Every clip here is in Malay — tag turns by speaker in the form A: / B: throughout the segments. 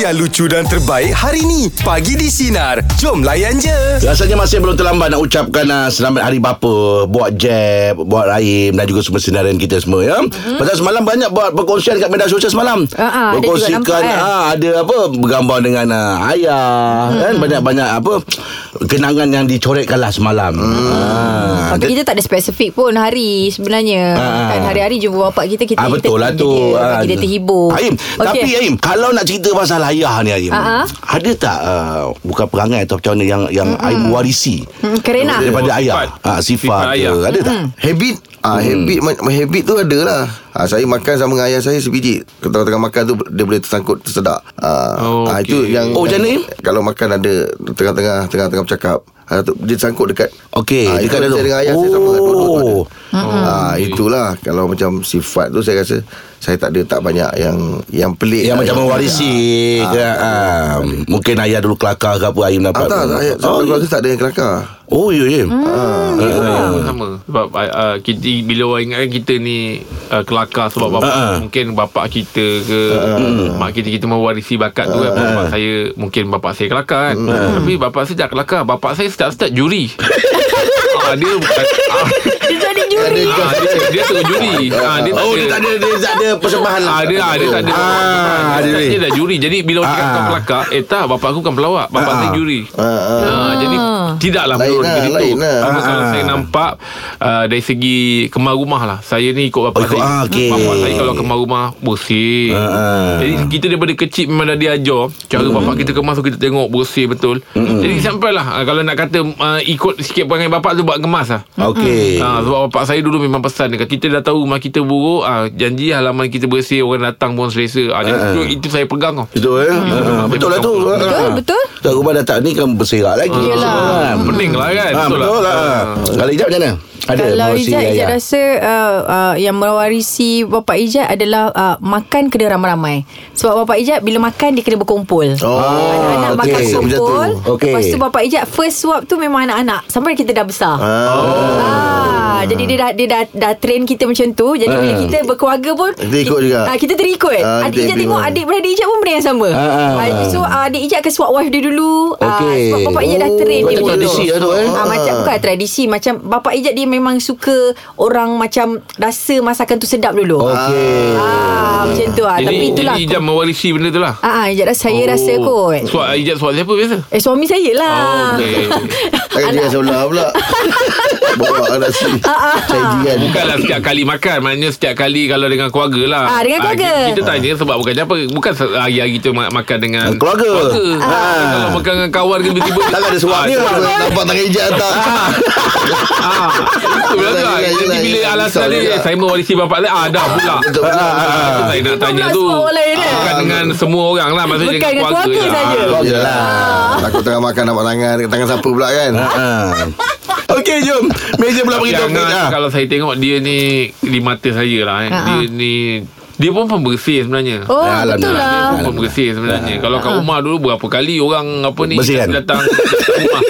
A: yang lucu dan terbaik hari ni. Pagi di Sinar. Jom layan je.
B: Rasanya masih belum terlambat nak ucapkan uh, selamat hari bapa buat Jeb, buat Rahim dan juga semua senarian kita semua ya. Mm-hmm. Pasal semalam banyak buat perkongsian kat media sosial semalam.
C: Mhm. Ah, ah, ada
B: Berkongsikan
C: juga nampak,
B: ah, ada apa bergambar dengan uh, ayah mm-hmm. kan
C: Mhm.
B: banyak-banyak apa kenangan yang dicoretkan lah semalam.
C: Mhm.
B: Mm. Ah,
C: Tapi kita tak ada spesifik pun hari sebenarnya.
B: Ah.
C: Kan hari-hari jumpa bapak kita kita
B: Ah, betul
C: kita,
B: lah tu.
C: Kita,
B: Ah,
C: kita terhibur.
B: Aim, okay. tapi Aim, kalau nak cerita pasal ayah ni Aim,
C: Ah, ah.
B: ada tak uh, bukan perangai atau macam mana yang yang mm-hmm. Aim warisi?
C: Hmm, Kerana
B: daripada ayah.
D: Sifat.
B: Ah, sifat,
D: Sifat
B: ke,
D: ayah.
B: Ada tak?
E: Habit Ah ha,
D: Hmm.
E: habit ma- habit tu ada lah. Ah ha, saya makan sama dengan ayah saya sebiji. Kalau tengah makan tu dia boleh tersangkut tersedak. Ah
D: Oh,
E: ha, itu
D: okey.
E: yang
B: Oh, macam ni?
E: yang- Kalau makan ada tengah-tengah tengah-tengah bercakap. Ha, tu, dia tersangkut dekat
B: Okey,
E: Ah,
B: dekat
E: itu
B: dalam.
E: saya dengan ayah saya sama dua-dua tu ada.
B: Oh.
E: Ah
D: Hmm.
E: itulah kalau macam sifat tu saya rasa saya tak ada tak banyak yang yang pelik
B: Yang
E: lah,
B: macam mewarisi ke, ah, Mungkin ayah dulu kelakar ke apa Aim
E: Ah,
B: dapat
E: tak, ayah, Ah.
B: Oh,
E: oh,
D: ya.
E: keluarga tak ada yang kelakar.
B: Oh ya ya
C: Mm.
B: hmm.
D: sama sebab uh, uh, kita bila orang ingatkan kita ni uh, kelakar sebab bapa
B: Ah, ah.
D: mungkin bapa kita ke uh, mak kita kita mewarisi bakat tu
B: Ah,
D: kan bapa saya mungkin bapa saya kelakar kan tapi bapa saya tak kelakar bapa saya start-start juri Ah, dia bukan ah,
C: Dia jadi juri.
D: ah, dia, dia tengok juri ah, dia
B: Oh dia tak ada Dia tak ada persembahan lah
D: Ah, dia, ah, dia tak ada
B: Ah,
D: dia,
B: dia
D: tak-
B: ni.
D: dia dah juri Jadi bila orang
B: Ah,
D: cakap kau
B: ah.
D: kelakar Eh tak bapak aku bukan pelawak Bapak saya juri
E: Ah, ah.
D: Ah, jadi tidaklah
E: Lain
D: menurut
E: lah,
D: begitu.
E: lain lah.
D: Cuma
B: Ah,
D: kalau
B: ah.
D: saya nampak uh, dari segi kemar rumah lah. Saya ni ikut bapa
B: Oh, ikut,
D: saya.
B: ah, okey.
D: Bapa saya kalau kemar rumah bersih.
B: Ah, ah. Mm-hmm.
D: Jadi kita daripada kecil memang dah diajar cara mm. bapak kita kemas tu kita tengok bersih betul. Jadi sampailah uh, kalau nak kata uh, ikut sikit perangai bapak tu buat kemas lah.
B: Okay
D: Ha, sebab bapak saya dulu memang pesan dia kata, Kita dah tahu rumah kita buruk ha, Janji halaman kita bersih Orang datang pun selesa ha, dia,
B: Ah, ah.
D: itu, itu saya pegang tau
B: Betul eh Ah, Betul lah tu
C: Hmm. Betul,
B: Ah.
C: betul.
B: Tak rumah dah tak ni Kan berserak lagi Ah,
C: Yelah.
D: Pening lah kan
B: ah, Betul lah Ah. Kalau hijab macam mana Ada ya,
C: Kalau
B: mewarisi
C: Ijat, Ijat
B: ayah?
C: rasa uh, uh, yang mewarisi Bapak Ijat adalah uh, makan kena ramai-ramai. Sebab Bapak Ijat bila makan dia kena berkumpul.
B: Oh,
C: anak-anak
B: okey.
C: makan
B: Macam tu.
C: kumpul.
B: Okey.
C: Lepas tu Bapak Ijat first swap tu memang anak-anak. Sampai kita dah besar. Ah, jadi dia dah dia dah, dah train kita macam tu. Jadi bila
B: Ah.
C: kita berkeluarga pun
E: Kita ikut
C: ki-
E: juga.
C: Ah, kita terikut.
E: Ah,
C: adik
E: kita
C: Ijat
E: ikut.
C: tengok adik beradik Ijat pun benda yang sama.
B: Ah, ah.
C: Ah, so ah, adik Ijat akan swap wife dia dulu. Ah,
B: Okey.
C: sebab Bapak Ijat dah
B: Oh,
C: train dia
B: macam
C: macam
B: tradisi lah tu, eh?
C: Ah, macam bukan tradisi macam bapak Ijat dia memang suka orang macam rasa masakan tu sedap dulu.
B: Okey
C: Ah, macam tu ah.
D: Jadi,
C: Tapi itulah.
D: jadi Ijam mewarisi benda tu lah
C: Ah, ah, Ijat rasa saya rasa kot.
D: Suat ijat suat uh, siapa biasa?
C: Eh suami saya lah.
D: Oh, okey.
E: Takkan Eh, dia sebelah pula Bawa lah anak sini Saya jiran
D: Bukanlah setiap kali makan Maknanya setiap kali Kalau dengan keluarga lah
C: Ah, dengan keluarga.
D: kita, kita tanya sebab bukan apa Bukan se- hari-hari tu ma- makan dengan
B: Ah, keluarga. Ah.
D: Kalau makan dengan kawan ke tiba-tiba
B: Tak ada suap
D: Ah,
B: dia
E: Nampak tangan hijab tak
D: Ah, Itulah tu
E: Yelah,
D: lah.
E: yelah,
D: Jadi
E: yelah,
D: bila
E: yelah.
D: alasan
E: Sorry
D: dia
E: lah.
D: Saya mewarisi bapak dia Ah dah pula
E: Betul betul.
D: Ah, ah, tu Saya nak
C: Bukan
D: tanya
C: pula
D: tu
C: semua orang lain, eh?
D: Bukan dengan semua orang lah Maksudnya
C: Bukan dengan keluarga
D: je.
C: saja.
D: Ah,
E: Yelah lah. Takut tengah makan nampak tangan Tangan siapa pula kan
B: Ah, Okey jom Meja pula bagi
D: Jangan
B: topik, ah.
D: kalau saya tengok dia ni di mata saya lah eh.
C: Ha-ha.
D: Dia ni dia pun pembersih sebenarnya.
C: Ah,
D: Ah,
C: Oh,
B: Alah,
C: betul
B: alah.
C: lah. ah.
D: Dia pun bersih sebenarnya. Kalau kat rumah dulu berapa kali orang apa ni
B: Bersihkan.
D: datang datang rumah.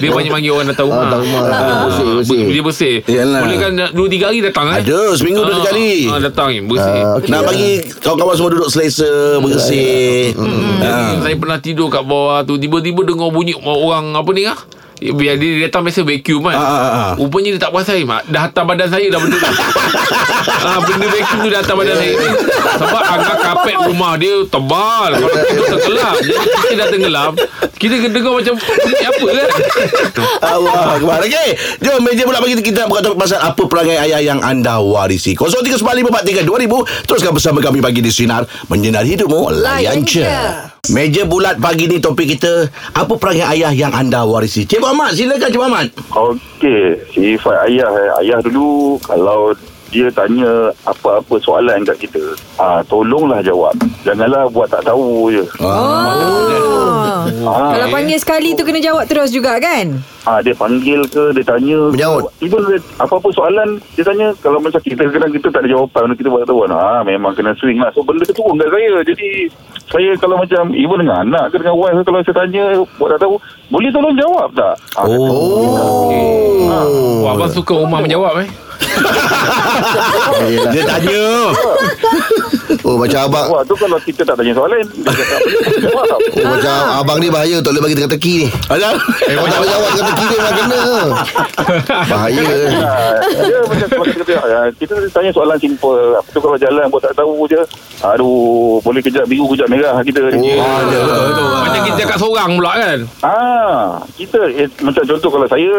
D: Dia banyak panggil orang datang rumah.
E: Ah, datang rumah.
D: Ah,
E: Bersih, bersih.
D: Dia bersih.
B: Yalah.
D: Boleh kan 2 3 hari datang eh?
B: Ada Seminggu dua
D: Ah,
B: tiga kali
D: ah, datang ni bersih.
E: Ah, okey.
B: Nak bagi kawan-kawan semua duduk selesa,
C: Ya,
B: bersih. Ah.
D: Jadi,
C: Hmm.
D: Saya pernah tidur kat bawah tu Tiba-tiba dengar bunyi orang apa ni ah. Biar dia datang biasa vacuum
B: Ah,
D: kan
B: ah, ah, ah.
D: Rupanya dia tak puas saya mak. Dah hantar badan saya dah benda tu ah, Benda vacuum tu dah hantar badan saya ni Sebab agak kapet rumah dia tebal Kalau kita tenggelam Jadi kita dah tenggelam Kita dengar macam bunyi apa kan
B: Allah Akbar Okay Jom meja pula bagi kita Buka topik pasal Apa perangai ayah yang anda warisi 0395432000 Teruskan bersama kami Pagi di Sinar Menyinar hidupmu Layan
C: Layan
B: je
C: je.
B: Meja bulat pagi ni topik kita Apa perangai ayah yang anda warisi Cikgu Ahmad silakan Cikgu Ahmad
F: Okey, sifat ayah eh. Ayah dulu kalau dia tanya apa-apa soalan kat kita, ah tolonglah jawab. Janganlah buat tak tahu je.
C: Ah.
F: Ha,
C: Oh. Kalau panggil sekali tu kena jawab terus juga kan?
F: Ah dia panggil ke, dia tanya.
E: Menjawab.
F: Even dia- apa-apa soalan dia tanya kalau macam kita kadang kita tak ada jawapan, kita buat tak tahu. Ah memang kena swing lah. So benda tu turun kat saya. Jadi saya kalau macam even dengan anak ke dengan wife ke, kalau saya tanya buat tak tahu, boleh tolong jawab tak? Ah,
D: oh. Wah, abang suka rumah menjawab eh
B: Dia tanya
E: Oh macam abang
F: Wah tu kalau kita tak tanya soalan Dia kata apa dia tak jawab
E: Oh macam abang ni bahaya Tak boleh bagi teka-teki ni
B: Alah.
E: Eh, Kau tak boleh jawab teka-teki dia memang kena Bahaya
F: Ah, Dia macam kalau kita, ah, kita tanya soalan simple Apa tu kalau jalan Buat tak tahu je Aduh Boleh kejap biru Kejap merah kita
E: Oh,
F: Ah,
B: Ya, betul, betul.
D: Macam kita cakap seorang pula kan
F: Ah, kita eh, macam contoh kalau saya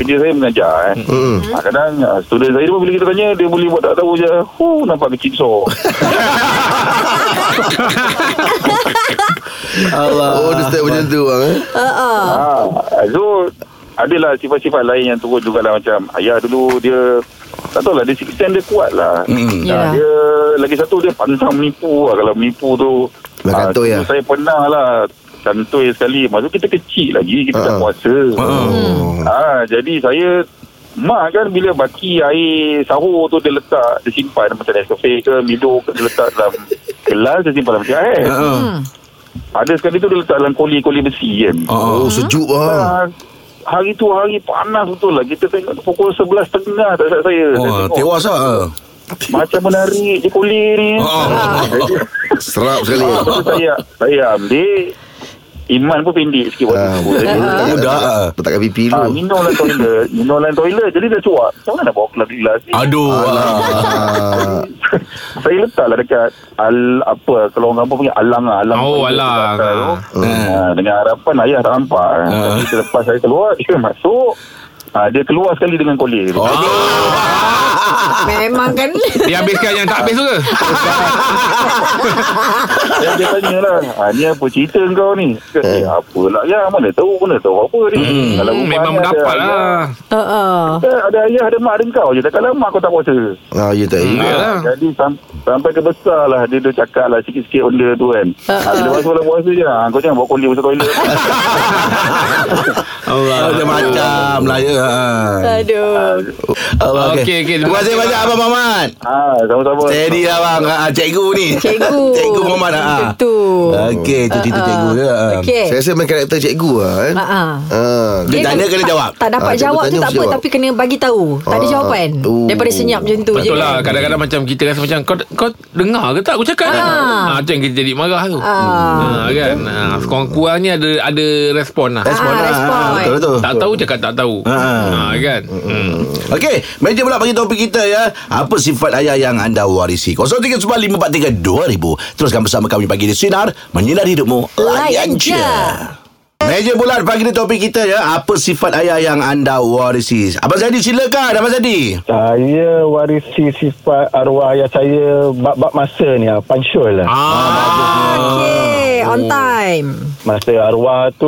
F: kerja saya mengajar eh. Hmm. Ah, kadang ah, student saya pun bila kita tanya dia boleh buat tak tahu je. Huh, nampak kecil so.
E: Allah. Oh dia step macam tu bang eh?
F: ah, so adalah sifat-sifat lain yang turut jugalah macam ayah dulu dia tak tahulah dia six sense dia kuat lah hmm.
C: Yalah.
F: dia lagi satu dia pandang menipu lah kalau menipu tu
E: Lah,
F: ah,
E: kantoi lah.
F: saya pernah lah kantoi sekali masa kita kecil lagi kita tak
E: Ah.
F: puasa
E: Oh.
F: Ah, jadi saya Mak kan bila baki air sahur tu dia letak dia simpan macam Nescafe ke Milo ke dia letak dalam gelas dia simpan dalam cair.
B: Ah.
F: Ada sekali tu dia letak dalam koli-koli besi kan.
E: Oh sejuk ah.
F: Ah, hari tu hari panas betul lah kita tengok tu pukul 11.30 tak salah saya. saya
B: Oh,
F: tengok,
B: tewas lah.
F: macam menarik je koli ni.
B: Oh,
F: Jadi,
E: Serap sekali.
F: lepas tu saya saya ambil Iman pun pendek sikit waktu
E: Ah,
F: tu. Jadi,
B: Budak, ah.
E: Letak kat pipi
F: Ah,
E: dulu.
F: minum dalam toilet Minum dalam toilet Jadi dah cuak Macam mana nak bawa keluar gelas ni
B: Aduh.
E: Ah.
F: Saya letaklah dekat al, Apa Kalau orang kampung punya Alang lah alang
D: Oh,
F: toilet
D: alang.
F: dekat atas tu.
B: Hmm.
F: Ah, Dengan harapan ayah tak nampak Tapi selepas saya keluar Dia masuk ah, Dia keluar sekali dengan kolir oh.
C: Memang kan
D: Dia habiskan yang tak habis tu ke Hmm,
F: Dia, dia tanya lah ah, Ni apa cerita kau ni Kata eh. apa lah Ya mana tahu Mana tahu apa ni hmm.
D: hmm, Memang mendapat lah
C: uh, uh.
F: ada ayah ada mak ada kau je Takkanlah mak kau tak puasa
E: Ah ya tak.
D: Hmm,
F: Ah,
D: Yalah.
F: Jadi sam- sampai ke besar lah Dia dah cakap lah Sikit-sikit benda tu kan uh-huh. Bila masuk dalam puasa je ah, Kau jangan bawa koli masuk toilet
D: Allah
B: Dia macam lah ya.
C: Aduh
B: Allah,
D: Okey, okey.
B: Terima kasih banyak Abang Mamat.
F: ah, Sama-sama
B: Steady lah bang. Ah, cikgu ni.
C: Cikgu
B: cikgu Mamat. Ah.
C: Tentu
B: Okey, itu cerita cikgu dia. ah.
C: Okey
E: Saya rasa main karakter cikgu lah eh.
C: Ah, ah.
E: Ah.
B: Dia tanya
C: tak-
B: kena jawab.
C: Tak dapat
E: Ah, dia
C: jawab tu
E: bertanya
C: tak
E: mesti
C: apa
E: jawab.
C: Tapi kena bagi tahu Tak ada
E: Ah,
C: jawapan
E: oh.
C: Daripada senyap macam tu je
D: Betul lah
C: kan?
D: Kadang-kadang macam Kita rasa macam Kau kau dengar ke tak Aku cakap kan
C: Ah.
D: ha, Macam kita jadi marah tu ha.
C: Ah.
D: kan ha, Sekurang-kurangnya ada Ada respon lah
C: Respon
B: Ah,
C: lah
B: Betul
C: Respon
B: betul.
D: Tak tahu cakap tak tahu
B: Ah.
D: ha, kan hmm.
B: Okey, meja pula bagi topik kita ya. Apa sifat ayah yang anda warisi? 0395432000. Teruskan bersama kami pagi di Sinar, menyinari hidupmu. Layan
C: Layan
B: je.
C: je.
B: Meja bulat pagi ni topik kita ya. Apa sifat ayah yang anda warisi? Abang Zadi silakan, Abang Zadi.
G: Saya warisi ya, sifat arwah ayah saya bab-bab masa ni ah, pansyul lah.
D: Ah.
C: Okay On time
G: Masa arwah tu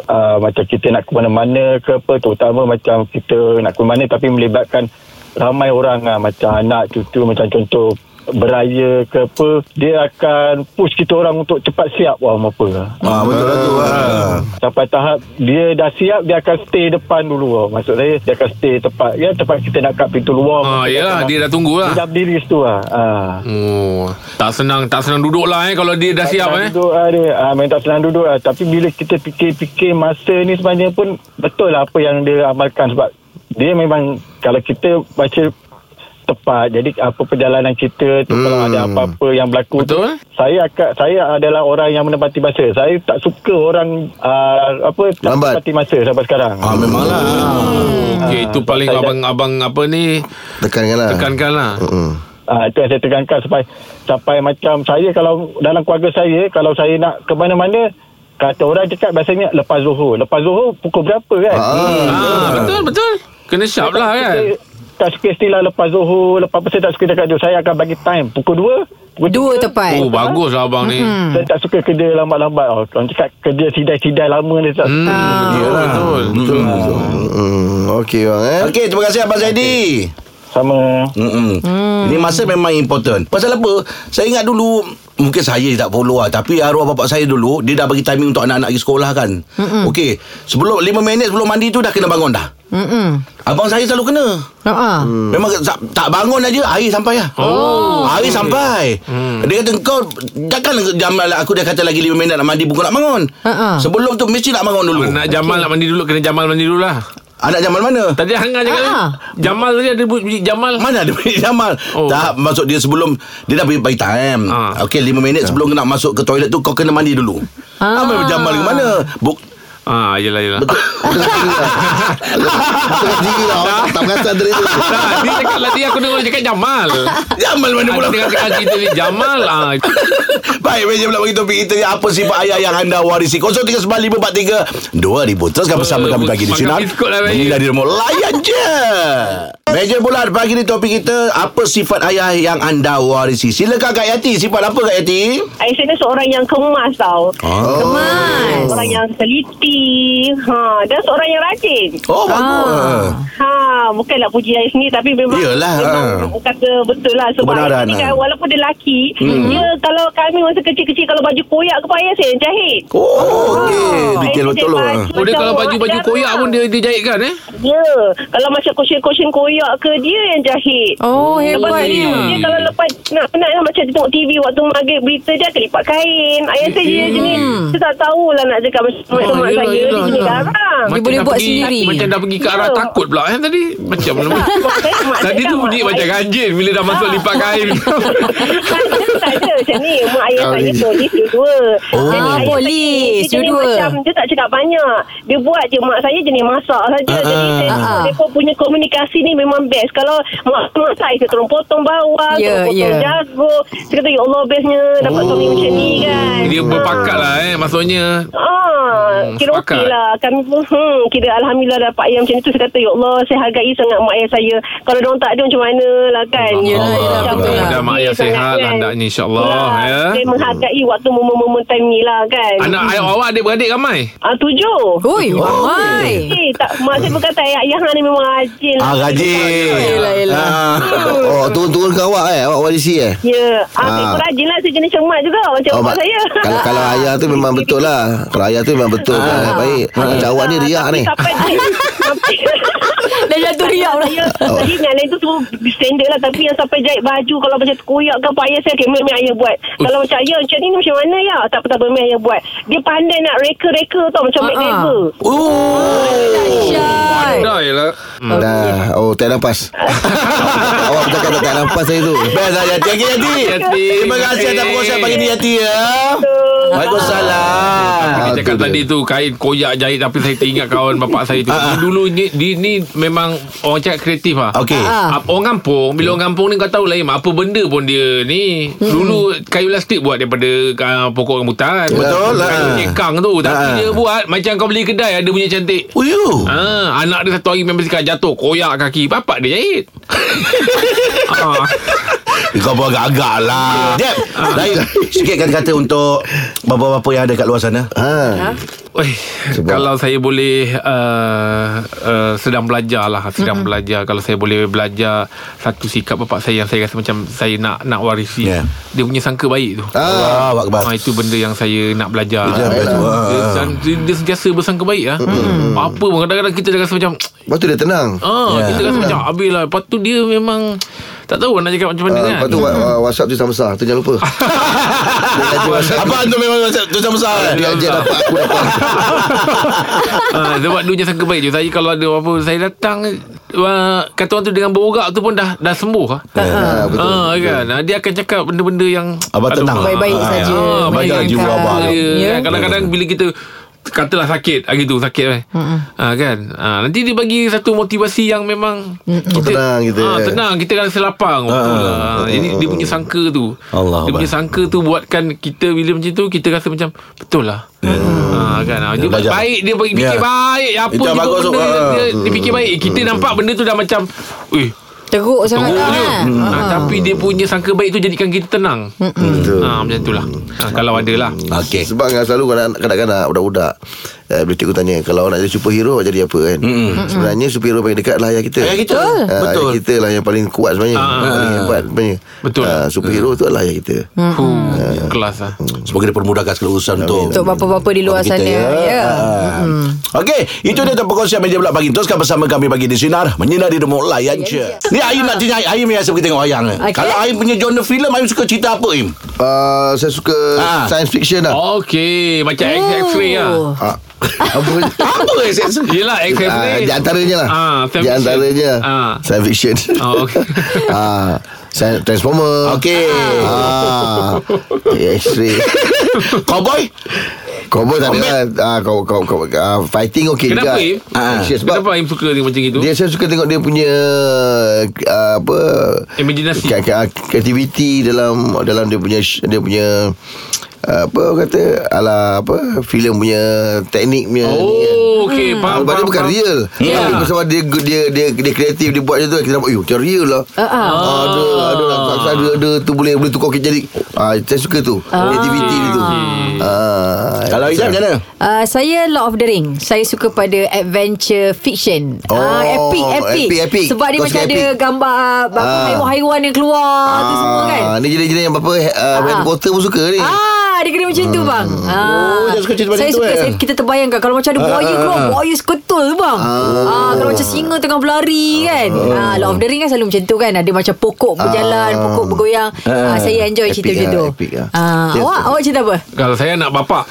G: uh, macam kita nak ke mana-mana ke apa terutama macam kita nak ke mana tapi melibatkan ramai orang ah, macam anak cucu macam contoh beraya ke apa dia akan push kita orang untuk cepat siap wah apa lah.
B: Ah betul lah tu. ah.
G: sampai tahap dia dah siap dia akan stay depan dulu wah. maksud saya dia akan stay tempat ya tempat kita nak kat pintu luar
D: Ah, yelah, dia dah tunggu lah.
G: dia dah berdiri situ lah ah.
D: Oh, tak senang tak senang duduk lah eh kalau dia dah siap eh.
G: senang Duduk lah dia. Ah, memang tak senang duduk lah. Tapi bila kita fikir-fikir masa ni sebenarnya pun betul lah apa yang dia amalkan sebab dia memang kalau kita baca tepat jadi apa perjalanan kita tu hmm. kalau ada apa-apa yang berlaku tu,
D: Betul.
G: saya akan saya adalah orang yang menepati masa saya tak suka orang uh, apa tak
E: Lambat.
G: menepati masa sampai sekarang
B: Ah memanglah.
D: Okey, itu paling abang abang apa ni
E: Tekankan lah.
D: tekankan lah.
E: Mm.
G: Ah itu yang saya tekankan sampai sampai macam saya kalau dalam keluarga saya kalau saya nak ke mana-mana kata orang cakap biasanya lepas Zuhur. Lepas Zuhur pukul berapa kan?
E: Ah.
D: Ah, betul betul. Kena
G: Saya
D: sharp
G: tak
D: lah
G: suka-
D: kan.
G: Tak suka istilah lepas Zuhur, lepas apa saya tak suka cakap tu. Saya akan bagi time pukul 2, pukul
C: Dua
G: tiga.
C: tepat
D: Oh, bagus lah abang ni. Hmm.
G: Saya tak suka kerja lambat-lambat. Oh, orang cakap kerja sidai-sidai lama ni tak. Hmm.
D: Betul, betul.
B: Betul.
E: Mm. Okey bang eh.
B: Okey, terima kasih Abang Zadi.
G: Sama.
B: Mm-mm. Ini masa memang important. Pasal apa? Saya ingat dulu mungkin saya tak follow lah tapi arwah bapak saya dulu dia dah bagi timing untuk anak-anak pergi sekolah kan. Mm-mm. Okey, sebelum 5 minit sebelum mandi tu dah kena bangun dah.
D: Oh.
C: Mm-mm.
B: Abang saya selalu kena.
C: Ah, ah.
B: Hmm. Memang tak, tak bangun aja Air sampai lah oh, Air sampai hmm. Dia kata kau Takkan jam, aku dah kata lagi 5 minit nak mandi Bukan nak bangun
C: Ha, ha.
B: Sebelum tu mesti nak bangun dulu
D: Nak jamal nak mandi dulu kena jamal mandi dulu lah.
B: Anak zaman mana?
D: Tadi Hanga cakap
C: Ah.
D: ni, Jamal tadi ada bunyi Jamal.
B: Mana ada bunyi Jamal
D: Oh.
B: oh. Tak maksud dia sebelum Dia dah bagi bagi time
D: Ah.
B: ha. Okay 5 minit sebelum nak masuk ke toilet tu Kau kena mandi dulu ha.
C: Ah.
B: Apa Jamal ke mana Buk
D: Ah, yelah yelah.
E: Betul Tengah tinggi lah Tengah tinggi lah Awak tak- Tak perasan dari tu
D: Tak, dia cakap lah dia aku dengar dia cakap Jamal.
B: Jamal mana
D: Aku
B: pula
D: dengar cakap cerita ni Jamal. Ah,
B: Baik meja pula bagi topik kita ni, Apa sifat ayah yang anda warisi 0395432000 Teruskan bersama
D: Eh,
B: kami pagi di
D: makan
B: Sinar
D: biskut lah, Raya.
B: Menyinar di rumah Layan je Meja bulat pagi ni topik kita Apa sifat ayah yang anda warisi Silakan Kak Yati Sifat apa Kak Yati
H: Aisyah ni seorang yang kemas tau.
C: Ha?
B: Oh,
C: Mas.
H: Orang yang teliti ha, Dan seorang yang rajin
B: oh bagus
H: ha, Bukanlah puji saya sendiri Tapi memang
B: Yelah,
H: memang
B: ha.
H: Bukan kata betul ah. lah Sebab
B: Kebenaran,
H: ni
B: ha.
H: kan, Walaupun dia lelaki hmm. Dia kalau kami masa kecil-kecil Kalau baju koyak ke Pak Yasin Jahit
B: Oh, okey. Detail
H: Saya
B: betul.
H: jahit
B: lah.
D: oh
H: baju
D: dia
H: macam
D: kalau baju-baju
H: orang
D: koyak
H: jarang.
D: pun dia dia jahitkan eh.
H: Ya Kalau macam kosyen-kosyen koyak ke Dia yang jahit
C: Oh,
H: Lepas tu dia,
C: hebatnya.
H: dia kalau lepas nak penat lah macam dia tengok TV waktu maghrib berita dia akan lipat kain. Ayah saya dia jenis saya tak tahulah nak cakap macam mana mak saya dia jenis garang.
D: Macam
C: boleh
D: dah
C: buat
D: pergi-
C: sendiri.
D: Macam dah pergi ke arah
H: Ya.
D: takut pula eh tadi. Macam mana?
H: mak saya- mak
D: Tadi
H: saya
D: tu
H: kan
D: bunyi
H: mak
D: macam
H: saya-
D: ganjil bila dah masuk lipat kain.
H: tak ada macam ni Mak ayah
E: Ah,
H: saya
E: ni.
H: polis dua-dua
C: Oh.
H: Jadi
C: Ah,
H: ayah
C: polis
H: saya ni, dia jenis
C: dua-dua.
H: macam, Dia tak cakap banyak Dia buat je Mak saya jenis masak saja
B: Ah,
H: Jadi saya,
C: ah.
H: saya pun punya komunikasi ni memang best Kalau mak, mak saya Saya tolong potong bawang
C: Ya,
H: yeah, Tolong potong
C: ya.
H: jagung Saya kata ya Allah bestnya Dapat suami macam ni kan
D: Dia
H: Ah.
D: berpakat lah eh maksudnya.
H: Ah,
D: Hmm,
H: kira
D: sepakat.
H: okey lah. Kami pun hmm, kira alhamdulillah dapat ayah macam tu. Saya kata, ya Allah, saya hargai sangat mak ayah saya. Kalau dia tak ada macam mana lah kan.
C: Yelah, yelah, betul
H: Macam
C: lah.
H: sedih
D: Mudah-mudahan mak ayah
H: sangat
D: sihat lah hendaknya insyaAllah. Ya.
H: Saya menghargai waktu momen-momen time ni lah kan.
D: Anak ayah awak adik-beradik ramai?
H: Ah, tujuh.
B: Oh.
C: Ui, ramai.
H: Eh, tak, mak saya berkata ayah, ayah ni memang rajin.
B: Ah, rajin.
C: Yelah, yelah.
B: Ah.
E: Oh turun-turun ke awak eh Awak warisi eh
H: Ya, ah,
E: Ah.
H: saya pun rajin lah. Saya jenis cermat juga macam oh, mak
E: mak-
H: saya.
E: Kalau kalau ayah tu memang betul lah. Kalau ayah tu memang betul. Ah. Baik. Macam awak ni riak ah, ni.
H: Sampai
C: Dah jatuh riak lah.
B: Oh.
H: saya Tadi yang lain tu semua Standard lah Tapi yang sampai jahit baju Kalau macam terkoyak ke Pak ayah saya Okay memang ayah buat Kalau macam ayah Macam ni ni macam mana ya Tak apa-apa Memang ayah buat Dia pandai nak reka-reka tau Macam
C: Ah, ah.
H: MacGyver
B: Oh.
C: Syai.
D: Dah je lah.
B: Hmm.
E: Dah. Oh, tak nafas. awak bercakap tak, tak nafas saya tu.
B: Best lah Yati Okay Yati
D: Yati.
B: Terima kasih atas perkongsian pagi ni Yati ya
D: Dia
B: Waalaikumsalam
D: cakap
E: tu dia.
D: tadi tu kain koyak jahit tapi saya teringat kawan bapak saya tu. Dia Dulu ni dia ni memang orang cakap kreatif lah.
B: Okey.
D: Ah. Orang kampung Bila orang kampung ni Kau tahu lain Apa benda pun dia ni Dulu kayu plastik buat Daripada uh, pokok rambutan
B: Betul lah.
D: Kayu cekang tu Tapi
B: Ah.
D: dia buat Macam kau beli kedai Ada punya cantik
B: Uyu
D: Ah, anak dia satu hari main basikal jatuh koyak kaki. Bapak dia jahit. ah,
B: Kau pun agak-agak lah Jep Baik Sikit kata-kata untuk Bapa-bapa yang ada kat luar sana
D: Ah.
B: Ah.
E: Ha.
D: Oi,
E: Sebab-
D: kalau saya boleh uh, uh, sedang belajar lah, sedang mm-hmm. belajar. Kalau saya boleh belajar satu sikap bapak saya yang saya rasa macam saya nak nak warisi,
B: Ya.
D: yeah. dia punya sangka baik tu.
E: Ah.
B: Allah Akbar
D: Ah, itu benda yang saya nak belajar.
B: Itu yang best tu, ah.
D: Dia, dan dia, dia sentiasa bersangka baik ah.
E: Hmm.
D: Mm-hmm. Apa pun kadang-kadang kita dah rasa macam
E: Lepas tu dia tenang.
D: ah
B: Ya.
D: yeah. kita rasa macam habis lah. Lepas tu dia memang tak tahu nak cakap macam mana
E: Hmm. Ah,
D: kan.
E: lepas tu wa- wa- WhatsApp tu sama besar Tu jangan lupa
B: Apa tu memang macam Tu sama besar kan?
E: Dia ajak dapat Aku dapat
D: Ah, sebab dia punya sangka baik je Saya kalau ada apa Saya datang uh, Kata orang tu dengan berogak tu pun Dah dah sembuh ah.
E: Ah, Betul
D: Ah, kan? Ah, Dia akan cakap benda-benda yang
B: Abang tenang.
D: ah,
C: Baik-baik
D: ah,
C: saja.
D: ah, baik
B: Menenangkan.
D: jiwa abang
B: Ya.
D: dia, kan? Kadang-kadang bila kita Katalah sakit Hari tu sakit kan ha, kan ha, Nanti dia bagi Satu motivasi yang memang
B: Oh,
D: kita,
E: Tenang kita.
B: eh.
D: ah, Tenang Kita rasa lapang waktu tu lah. Ah, Jadi dia punya sangka tu
B: Allah
D: Dia punya
B: Abang.
D: sangka tu Buatkan kita Bila macam tu Kita rasa macam Betul lah ha, kan? Ah,
B: Ya.
D: dia
B: Belajar.
D: Baik Dia fikir
B: Ya.
D: baik Apa
B: Itu yang
D: juga
B: bagus tu.
D: benda dia,
B: Ah. Hmm,
D: dia, dia fikir baik Kita nampak benda tu dah macam Eh
C: Teruk sangat
D: Teruk
C: lah.
D: je
C: kan?
B: Hmm.
D: ha, Tapi dia punya sangka baik tu Jadikan kita tenang
E: Betul
D: ha, Macam itulah ha, Kalau ada lah
B: Okey
E: Sebab kan selalu kadang- kadang-kadang budak-budak eh, Bila cikgu tanya Kalau nak jadi superhero awak jadi apa kan Sebenarnya superhero paling dekat lah ayah kita
B: Ayah kita.
E: Ah,
B: Betul.
E: Ayah kita lah yang paling kuat sebenarnya
D: Ah.
E: Paling hebat sebenarnya
D: Betul.
E: Ah, Superhero tu lah ayah kita
D: Huh, Kelas lah
B: Semoga dia permudahkan segala urusan untuk
C: Untuk bapa-bapa di luar
B: Bagi
C: sana.
B: kita,
C: Ya.
B: Hmm. Okey, itu dia topik konsep meja bulat pagi. Teruskan bersama kami bagi di sinar menyinari demo layan je. Ni Aim nak tanya Aim, Aim biasa pergi tengok wayang.
C: Ya, Okey.
B: Okay. Kalau Aim punya genre filem, Aim suka cerita apa Aim?
E: Ah, Saya suka
B: Ah.
D: Oh.
E: science fiction lah
D: Okey Macam X- X-ray lah
E: Ah, Apa
B: Apa eh sense
D: Yelah
E: Ah,
D: Exception
E: di antaranya lah
D: Ah, fan
E: Di
D: fiction.
E: antaranya
D: Ah.
E: Science fiction
D: Oh, okey.
E: ah, science- Transformer
B: Okey.
E: ah, X-ray
B: Cowboy
E: Cowboy tak ada lah ah, kau, kau, kau, ah, Fighting okey juga
D: Kenapa, Im?
E: Ah, Sebab
D: Kenapa Im suka dengan macam itu
E: dia saya suka tengok dia punya uh, apa
D: Imaginasi.
E: ke- ke- kreativiti dalam dalam dia punya sh- dia punya uh, apa orang kata ala apa filem punya teknik punya ni kan.
D: Oh Okay
E: Sebab
D: faham
E: dia
D: faham,
E: bukan
D: faham.
E: real
D: Ya.
E: Tapi Sebab dia, dia dia dia kreatif Dia buat dia tu Kita nampak Eh macam real lah
C: Ah, ah.
E: Ah, Ada ada ada, ada, ada tu boleh boleh tukar ke jadi ah, Saya suka tu Kreativiti dia tu ah,
B: Kalau Ijaz macam mana
C: Uh, saya Lord of the Ring. Saya suka pada adventure fiction.
E: Oh,
C: Ah, epic, epic,
E: epic, epic.
C: Sebab dia
E: Kau
C: macam
E: suka
C: ada
E: epic.
C: gambar apa
E: Ah.
C: haiwan-haiwan yang keluar tu semua kan.
E: Ni jenis-jenis yang apa uh, Harry Potter pun suka ni
C: Ah, dia kena macam tu
E: Hmm.
C: bang. Ah.
E: Oh,
B: dia suka cerita macam
C: saya
B: tu,
C: suka
B: eh?
C: saya, kita terbayangkan kalau macam ada
E: Ah,
C: buaya keluar, buaya seketul tu bang. Ah. kalau macam singa tengah berlari kan. Ah, Lord of the Ring kan selalu macam tu kan. Ada macam pokok berjalan,
E: Ah.
C: pokok bergoyang. Ah, saya enjoy
E: Epic
C: cerita macam
E: lah,
C: tu.
E: epic lah.
C: Ah,
E: Yes.
C: awak awak cerita apa?
D: Kalau saya nak bapak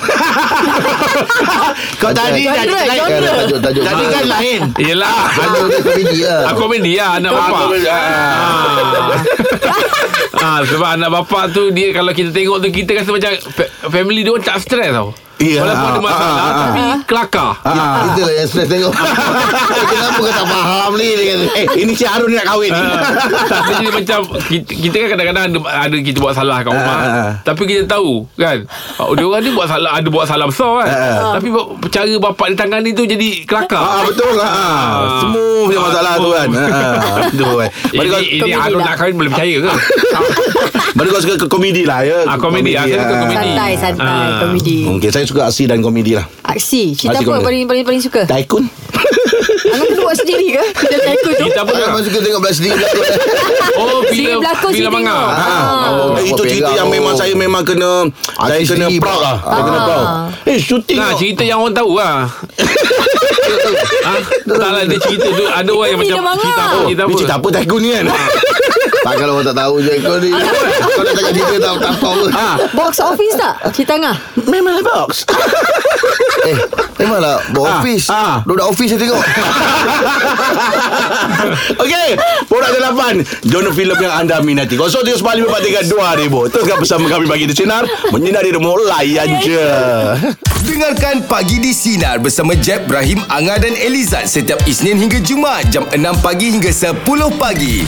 B: Kau tadi dah
C: Genre,
B: lain
C: genre.
E: Tajuk tajuk
B: Tadi kan lain
D: Yelah
E: Tajuk dia komedi lah
D: Aku komedi lah Anak bapak
B: Ah.
D: ah. ah, Sebab anak bapak tu dia Kalau kita tengok tu Kita rasa macam fa- Family dia orang tak stres tau
B: Ya.
D: Walaupun ada masalah
B: Ah, ah,
D: Tapi kelakar
E: Ah, kita lah yang stress tengok Kenapa kau tak faham ni Dia kata,
B: Eh ini si Harun ni nak kahwin
D: tak, dia jadi macam kita, kita kan kadang-kadang ada, ada kita buat salah kat rumah.
B: Ah, ah, ah.
D: Tapi kita tahu kan. ah, Dia orang ni buat salah ada buat salah besar kan. Tapi ba- cara bapak di tangan ni tu jadi kelakar.
B: Ah betul lah ah, Semua punya masalah tu kan ah, Betul Ah. kan Mana
D: Ini,
B: kau,
D: ini
C: komedi
D: Arun
C: lah.
D: nak kahwin boleh percaya ke?
B: mana kau suka ke komedi lah ya
D: Ah, komedi. Ah, saya suka
B: ah.
D: komedi.
C: Santai, santai,
D: Ah.
C: komedi.
B: Mungkin saya suka aksi dan komedi lah
C: Aksi Cerita
B: Aksi komedi.
C: apa paling, paling paling suka
B: Tycoon
C: Angah kena buat sendiri ke Dia aku tu
B: Ah,
D: Kita apa?
E: Aku memang suka tengok belah sendiri
D: Oh,
C: Sini
D: bila
C: berlakon,
D: bila
C: sini
D: mangga.
C: tengok.
B: oh,
E: Oh,
B: Itu cerita
E: pegang.
B: yang memang saya memang kena Saya
E: Artis
B: kena
E: sendiri
B: proud
E: pula.
B: lah Saya kena proud Eh syuting
D: Nah,
B: tau.
D: cerita yang orang tahu lah. ha? Tak lah, dia cerita tu. Ada orang yang
C: Ini
D: macam
C: dia mangga.
D: cerita apa, cerita
B: Ni
D: apa.
B: cerita apa Tycoon ni kan
E: Tak kalau orang tak tahu je Kau ni Kau nak cakap cerita tak tak tahu ke
C: Box office tak Cerita Angah
B: Memang lah box
E: Eh Memanglah Buat
B: Ah,
E: office
B: ah.
E: Duduk office saya tengok
B: Okey, Borak ke-8 Genre filem yang anda minati 0395432000 Teruskan bersama kami bagi di Sinar Menyinari rumah layan je
A: Dengarkan Pagi di Sinar bersama Jeb, Ibrahim, Anga dan Elizad setiap Isnin hingga Jumaat jam 6 pagi hingga 10 pagi.